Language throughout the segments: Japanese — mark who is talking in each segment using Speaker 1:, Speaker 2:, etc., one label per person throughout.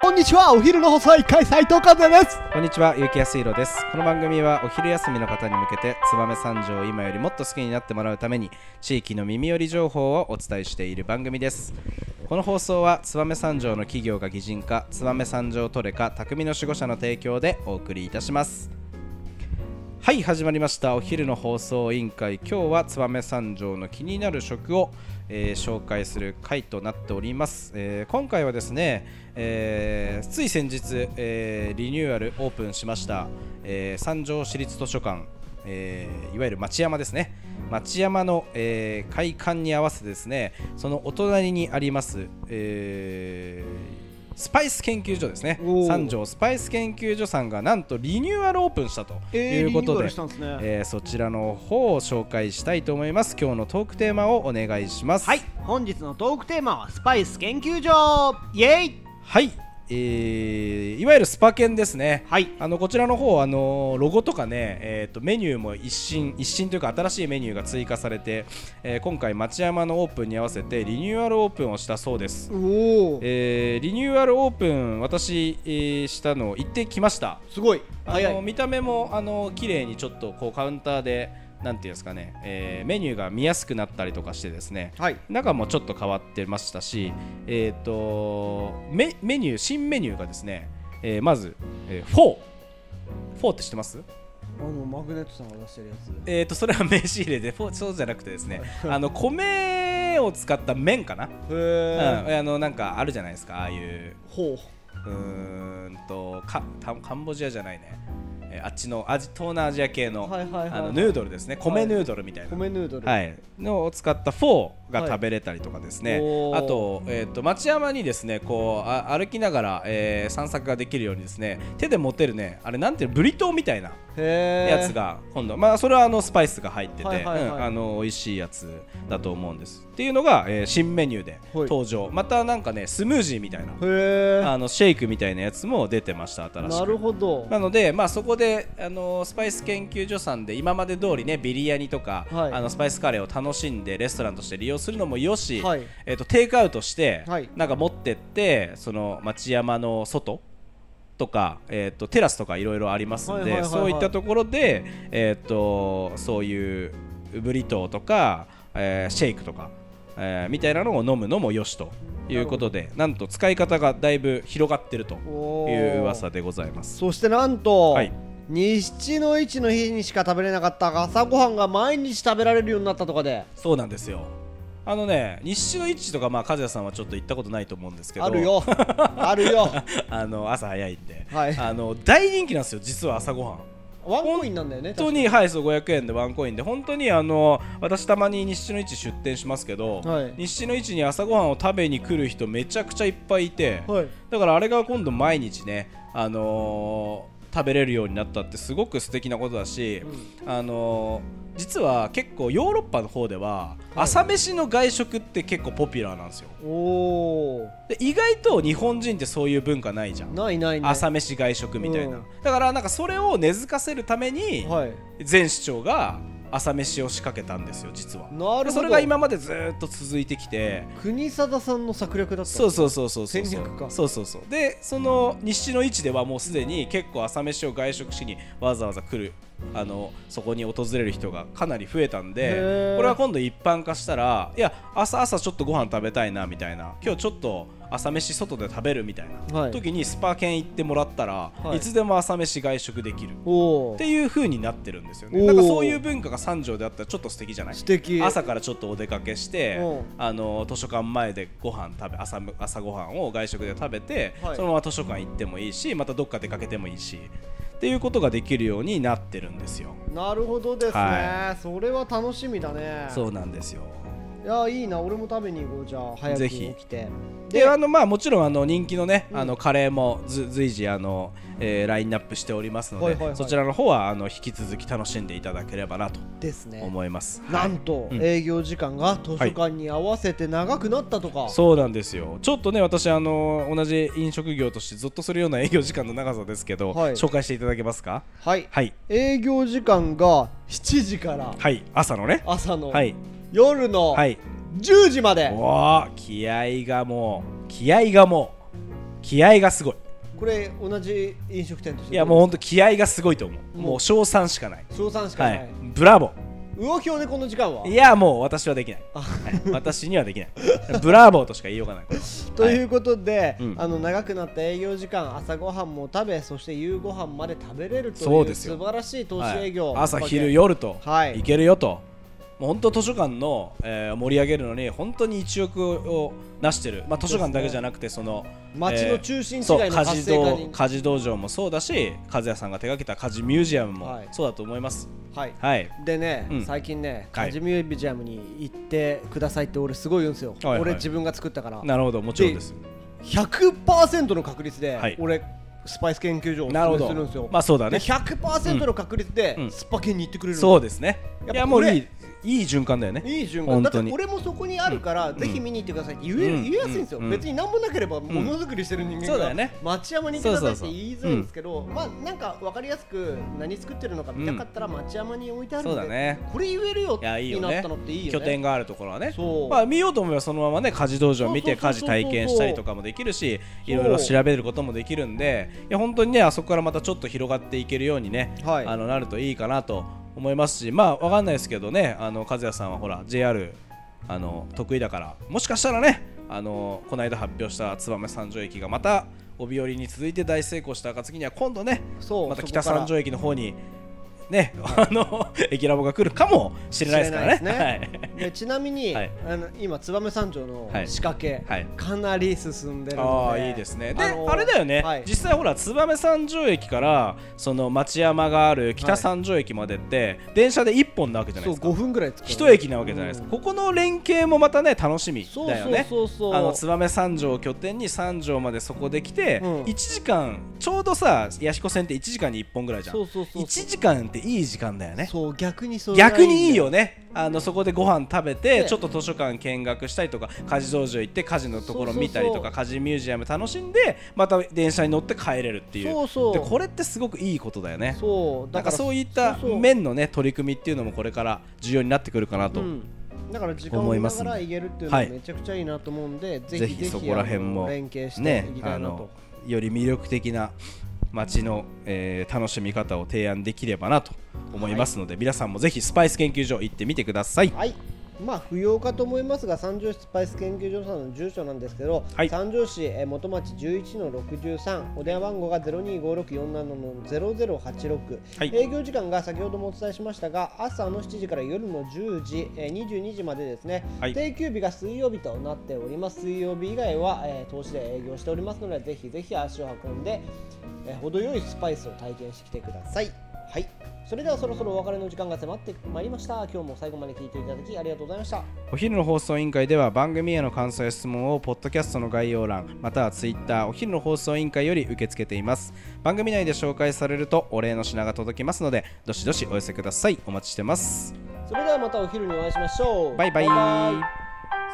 Speaker 1: こんにちはお昼の細い会斉藤和也です
Speaker 2: こんにちは、ゆうきやすいろです。この番組はお昼休みの方に向けて、燕三条を今よりもっと好きになってもらうために、地域の耳寄り情報をお伝えしている番組です。この放送は、燕三条の企業が擬人化、燕三条トレカ、匠の守護者の提供でお送りいたします。はい、始まりました。お昼の放送委員会、今日は燕三条の気になる食を、えー紹介する回となっております。えー今回はですね、えーつい先日、えーリニューアルオープンしました、えー三条市立図書館、えーいわゆる町山ですね町山の、えー開館に合わせてですねそのお隣にあります、えースパイス研究所ですね
Speaker 1: おー
Speaker 2: 三条スパイス研究所さんがなんとリニューアルオープンしたということで、
Speaker 1: んですね
Speaker 2: えーそちらの方を紹介したいと思います今日のトークテーマをお願いします
Speaker 3: はい本日のトークテーマはスパイス研究所イエイ
Speaker 2: はい、えーいわゆるスパ犬ですね
Speaker 3: はい
Speaker 2: あのこちらの方あのロゴとかね、えー、とメニューも一新一新というか新しいメニューが追加されて、えー今回町山のオープンに合わせてリニューアルオープンをしたそうです、
Speaker 1: おお
Speaker 2: えーリニューアルオープン私、えーしたのを行ってきました
Speaker 1: すごい
Speaker 2: あ
Speaker 1: 早
Speaker 2: の
Speaker 1: い
Speaker 2: 見た目もあの綺麗にちょっとこうカウンターでなんていうんですかね、えーメニューが見やすくなったりとかしてですね
Speaker 1: はい
Speaker 2: 中もちょっと変わってましたし、えー、とメメニュー新メニューがですね、えーまず、えー、フォーフォーって知ってます
Speaker 1: あのマグネットさんが出してるやつ
Speaker 2: えー、とそれは名刺入れでフォーそうじゃなくてです ねあの米を使った麺かな、
Speaker 1: へ
Speaker 2: うん、あのなんかあるじゃないですかああいう
Speaker 1: ほう
Speaker 2: うーんとかたカンボジアじゃないね、えーあっちのアジ東南アジア系の,、
Speaker 1: はいはいはいはい
Speaker 2: あのヌードルですね米ヌードルみたいな、
Speaker 1: 米ヌードル
Speaker 2: はい、のを使ったフォーが食べれたりとかですね、
Speaker 1: はいおー
Speaker 2: あと,、えー、と町山にですねこうあ歩きながら、えー散策ができるようにですね手で持てるねあれなんていうのブリトーみたいな
Speaker 1: へえ
Speaker 2: やつが今度、まあそれはあのスパイスが入ってて、
Speaker 1: はいはいはい
Speaker 2: うんあの美味しいやつだと思うんですっていうのが、えー新メニューで登場、またなんかねスムージーみたいな
Speaker 1: へ
Speaker 2: あのシェイクみたいなやつも出てました
Speaker 1: え
Speaker 2: 新しく
Speaker 1: なるほど
Speaker 2: なので、まあ、そこで、あのスパイス研究所さんで今まで通りねビリヤニとか、
Speaker 1: はい
Speaker 2: あのスパイスカレーを楽しんでレストランとして利用するのもよし、
Speaker 1: はい
Speaker 2: えー、とテイクアウトして、
Speaker 1: はい
Speaker 2: なんか持ってってその町山の外とか、えー、とテラスとかいろいろありますので、
Speaker 1: はいはいはいはい
Speaker 2: そういったところで、えー、とそういうブリトーとか、えーシェイクとか、えーみたいなのを飲むのもよしということでなんと使い方がだいぶ広がってると
Speaker 1: お
Speaker 2: い
Speaker 1: ー
Speaker 2: う噂でございます。
Speaker 1: そしてなんと、
Speaker 2: はい
Speaker 1: 西の市の日にしか食べれなかった朝ごはんが毎日食べられるようになったとかで
Speaker 2: そうなんですよあのね西の市とかまあ和也さんはちょっと行ったことないと思うんですけど
Speaker 1: あるよあるよ
Speaker 2: あの朝早いんで、
Speaker 1: はい
Speaker 2: あの大人気なんですよ実は朝ごはん
Speaker 1: ワンコインなんだよね
Speaker 2: 本当にはいそう500円でワンコインで本当にあの私たまに西の市出店しますけど、
Speaker 1: はい
Speaker 2: 西の市に朝ごはんを食べに来る人めちゃくちゃいっぱいいて、
Speaker 1: はい
Speaker 2: だからあれが今度毎日ねあのー食べれるようになったってすごく素敵なことだし、あのー実は結構ヨーロッパの方では
Speaker 1: はい
Speaker 2: 朝飯の外食って結構ポピュラーなんですよ
Speaker 1: おお
Speaker 2: で意外と日本人ってそういう文化ないじゃん、
Speaker 1: ないないない
Speaker 2: 朝飯外食みたいな、
Speaker 1: うん
Speaker 2: だからなんかそれを根付かせるために、
Speaker 1: はい
Speaker 2: 前市長が朝飯を仕掛けたんですよ実は
Speaker 1: なるほど
Speaker 2: でそれが今までずーっと続いてきて、
Speaker 1: 国定さんの策略だった
Speaker 2: そうそうそうそうそう
Speaker 1: 戦略か
Speaker 2: そうそうそうでその西の位置ではもうすでに結構朝飯を外食しにわざわざ来るあのそこに訪れる人がかなり増えたん
Speaker 1: へー
Speaker 2: でこれは今度一般化したらいや朝朝ちょっとご飯食べたいなみたいな今日ちょっと朝飯外で食べるみたいな、
Speaker 1: はい
Speaker 2: 時にスパ券行ってもらったら、
Speaker 1: はい
Speaker 2: い、つでも朝飯外食できる
Speaker 1: おお
Speaker 2: っていう風になってるんですよ
Speaker 1: お
Speaker 2: ね
Speaker 1: ー
Speaker 2: なんかそういう文化が三条であったらちょっと素敵じゃない
Speaker 1: 素敵
Speaker 2: 朝からちょっとお出かけして
Speaker 1: うん
Speaker 2: あの図書館前でご飯食べ朝朝ご飯を外食で食べて、
Speaker 1: はい
Speaker 2: そのまま図書館行ってもいいしまたどっか出かけてもいいしっていうことができるようになってるんですよ
Speaker 1: なるほどですね、
Speaker 2: は
Speaker 1: それは楽しみだね
Speaker 2: そうなんですよ
Speaker 1: いやいいな俺も食べに行こうじゃあ早く
Speaker 2: ぜ
Speaker 1: 起
Speaker 2: ひ
Speaker 1: きて
Speaker 2: であのまあもちろんあの人気のね、あのカレーもず随時あの、えーラインナップしておりますので、
Speaker 1: はいはいはい
Speaker 2: そちらの方はあの引き続き楽しんでいただければなと
Speaker 1: ですね
Speaker 2: 思います、
Speaker 1: なんと、
Speaker 2: うん
Speaker 1: 営業時間が図書館に合わせて長くなったとか、
Speaker 2: そうなんですよちょっとね私あの同じ飲食業としてゾッとするような営業時間の長さですけど、
Speaker 1: はい
Speaker 2: 紹介していただけますか
Speaker 1: はい
Speaker 2: はい
Speaker 1: 営業時間が7時から
Speaker 2: はい朝のね
Speaker 1: 朝の、
Speaker 2: はい
Speaker 1: 夜の
Speaker 2: はい
Speaker 1: 10時まで、
Speaker 2: おお気合がもう気合がも気合がすごい
Speaker 1: これ同じ飲食店として
Speaker 2: い
Speaker 1: い
Speaker 2: やもうほんと気合がすごいと思う
Speaker 1: うん
Speaker 2: もう賞賛しかない
Speaker 1: 賞賛しか
Speaker 2: は
Speaker 1: ない、
Speaker 2: いブラボ
Speaker 1: 魚票ねこの時間は
Speaker 2: ーいやもう私はできない、
Speaker 1: あ
Speaker 2: はい私にはできないブラボーとしか言いようがないこれは
Speaker 1: ということで、
Speaker 2: うん
Speaker 1: あの長くなった営業時間朝ごはんも食べそして夕ごはんまで食べれるという
Speaker 2: そうですよ
Speaker 1: 素晴らしい投資営業、
Speaker 2: はい朝昼夜と、
Speaker 1: はい
Speaker 2: い、けるよともう本当図書館の、えー盛り上げるのに本当に1億を成してる、まあ、図書館だけじゃなくてその
Speaker 1: 街の中心地街の
Speaker 2: えーそう
Speaker 1: 活性化に
Speaker 2: 家事道家事道場もそうだし和也さんが手掛けた家事ミュージアムも
Speaker 1: はい
Speaker 2: そうだと思います
Speaker 1: はい
Speaker 2: はい、
Speaker 1: でね、
Speaker 2: うん
Speaker 1: 最近ね
Speaker 2: はい
Speaker 1: カジミュージアムに行ってくださいって俺すごい言うんですよ、
Speaker 2: はいはい
Speaker 1: 俺自分が作ったから
Speaker 2: なるほどもちろんです
Speaker 1: 100%の確率
Speaker 2: は
Speaker 1: で
Speaker 2: い
Speaker 1: 俺、スパイス研究所をお
Speaker 2: なる
Speaker 1: 勧め
Speaker 2: ほ
Speaker 1: するんです
Speaker 2: ど
Speaker 1: よ、
Speaker 2: まあそうだ
Speaker 1: で
Speaker 2: ね
Speaker 1: 100%の確率
Speaker 2: う
Speaker 1: で
Speaker 2: ん
Speaker 1: スパ研に行ってくれるの
Speaker 2: そうですね
Speaker 1: やっぱ
Speaker 2: いやもう
Speaker 1: これ
Speaker 2: いいいい循環だよね
Speaker 1: いい循環
Speaker 2: 本
Speaker 1: だって
Speaker 2: 当に
Speaker 1: 俺もそこにあるから、ぜひ見に行ってくださいって言える、
Speaker 2: うん
Speaker 1: 言いやすいんですよ、
Speaker 2: うん
Speaker 1: 別に何もなければものづくりしてる人間が、
Speaker 2: そうだよね
Speaker 1: 町山に行ってくださいって言いづ
Speaker 2: そうそうそう
Speaker 1: らいんですけどまあなんか分かりやすく何作ってるのか見たかったら町山に置いてある
Speaker 2: そ
Speaker 1: ん
Speaker 2: う
Speaker 1: で、
Speaker 2: だね
Speaker 1: これ言えるよ
Speaker 2: いやいいよ
Speaker 1: になっ
Speaker 2: ね
Speaker 1: たのっていいよね
Speaker 2: 拠点があるところはね
Speaker 1: そう
Speaker 2: まあ、見ようと思えばそのままね家事道場を見て
Speaker 1: そうそう
Speaker 2: 家
Speaker 1: そう
Speaker 2: 事
Speaker 1: そう
Speaker 2: 体験したりとかもできるしいろいろ調べることもできるんでいや本当にねあそこからまたちょっと広がっていけるようにね、
Speaker 1: はい
Speaker 2: あのなるといいかなと思いますしまあわかんないですけどねあの和也さんはほら JR あの得意だからもしかしたらねあのこの間発表した燕三条駅がまた帯寄りに続いて大成功した暁には今度ね
Speaker 1: そう
Speaker 2: また
Speaker 1: そこ
Speaker 2: 北
Speaker 1: から
Speaker 2: 三条駅の方にね、あの駅ラボが来るかもしれないですからね。
Speaker 1: 知れないですねでちなみに、
Speaker 2: はい
Speaker 1: あの今燕三条の
Speaker 2: はい
Speaker 1: 仕掛け、
Speaker 2: はい
Speaker 1: かなり進んでるの
Speaker 2: あ
Speaker 1: で
Speaker 2: ーいいですねで、
Speaker 1: あ
Speaker 2: あ
Speaker 1: のー
Speaker 2: れだよね、
Speaker 1: はい
Speaker 2: 実際ほら燕三条駅からその町山がある北三条駅までって、電車で1本なわけじゃない
Speaker 1: そう
Speaker 2: ですか
Speaker 1: 5分ぐらい使う
Speaker 2: 一駅なわけじゃないですか、
Speaker 1: うん
Speaker 2: ここの連携もまたね楽しみだよね
Speaker 1: そうそうそうそう
Speaker 2: あの燕三条を拠点に三条までそこで来て、
Speaker 1: うん
Speaker 2: 1時間ちょうどさ弥彦線って1時間に1本ぐらいじゃん
Speaker 1: そうそうそう
Speaker 2: 1時間っていい時間だよね
Speaker 1: そう逆にそれが
Speaker 2: 逆にいい
Speaker 1: んだ
Speaker 2: よねあのそこでご飯食べて
Speaker 1: ね
Speaker 2: ちょっと図書館見学したりとか家事道場行って家事のところ見たり
Speaker 1: そうそう
Speaker 2: と
Speaker 1: そ
Speaker 2: か
Speaker 1: う
Speaker 2: 家事ミュージアム楽しんでまた電車に乗って帰れるっていう
Speaker 1: そうそう
Speaker 2: でこれってすごくいいことだよね
Speaker 1: そう
Speaker 2: なんかそういっ
Speaker 1: そ
Speaker 2: た
Speaker 1: うそう
Speaker 2: 面のね取り組みっていうのもこれから重要になってくるかなと、
Speaker 1: うんだから時間を
Speaker 2: 思い
Speaker 1: 見な
Speaker 2: ます
Speaker 1: が
Speaker 2: んで
Speaker 1: ら言えるっていうの
Speaker 2: は
Speaker 1: はいめちゃくちゃいいなと思うんで、ぜ
Speaker 2: ぜ
Speaker 1: ひ
Speaker 2: ひ
Speaker 1: ぜひ
Speaker 2: そこら辺
Speaker 1: あ
Speaker 2: も
Speaker 1: の連携して
Speaker 2: ね
Speaker 1: いきた
Speaker 2: あ
Speaker 1: いな
Speaker 2: の
Speaker 1: と、
Speaker 2: より魅力的な街の、えー楽しみ方を提案できればなと思いますので、皆さんもぜひスパイス研究所行ってみてください。
Speaker 1: はいまあ不要かと思いますが三条市スパイス研究所さんの住所なんですけど、
Speaker 2: はい
Speaker 1: 三条市えー元町11の63お電話番号が025647の0086、
Speaker 2: はい
Speaker 1: 営業時間が先ほどもお伝えしましたが朝の7時から夜の10時、えー、22時までですね、
Speaker 2: はい
Speaker 1: 定休日が水曜日となっております水曜日以外は、えー、投資で営業しておりますのでぜひぜひ足を運んで、えー、程よいスパイスを体験してきてくださいはいそれではそろそろお別れの時間が迫ってまいりました今日も最後まで聞いていただきありがとうございました
Speaker 2: お昼の放送委員会では番組への感想や質問をポッドキャストの概要欄またはツイッターお昼の放送委員会より受け付けています番組内で紹介されるとお礼の品が届きますのでどしどしお寄せくださいお待ちしてます
Speaker 1: それではまたお昼にお会いしましょう
Speaker 2: バイバイ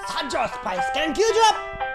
Speaker 1: 三条スパイス研究所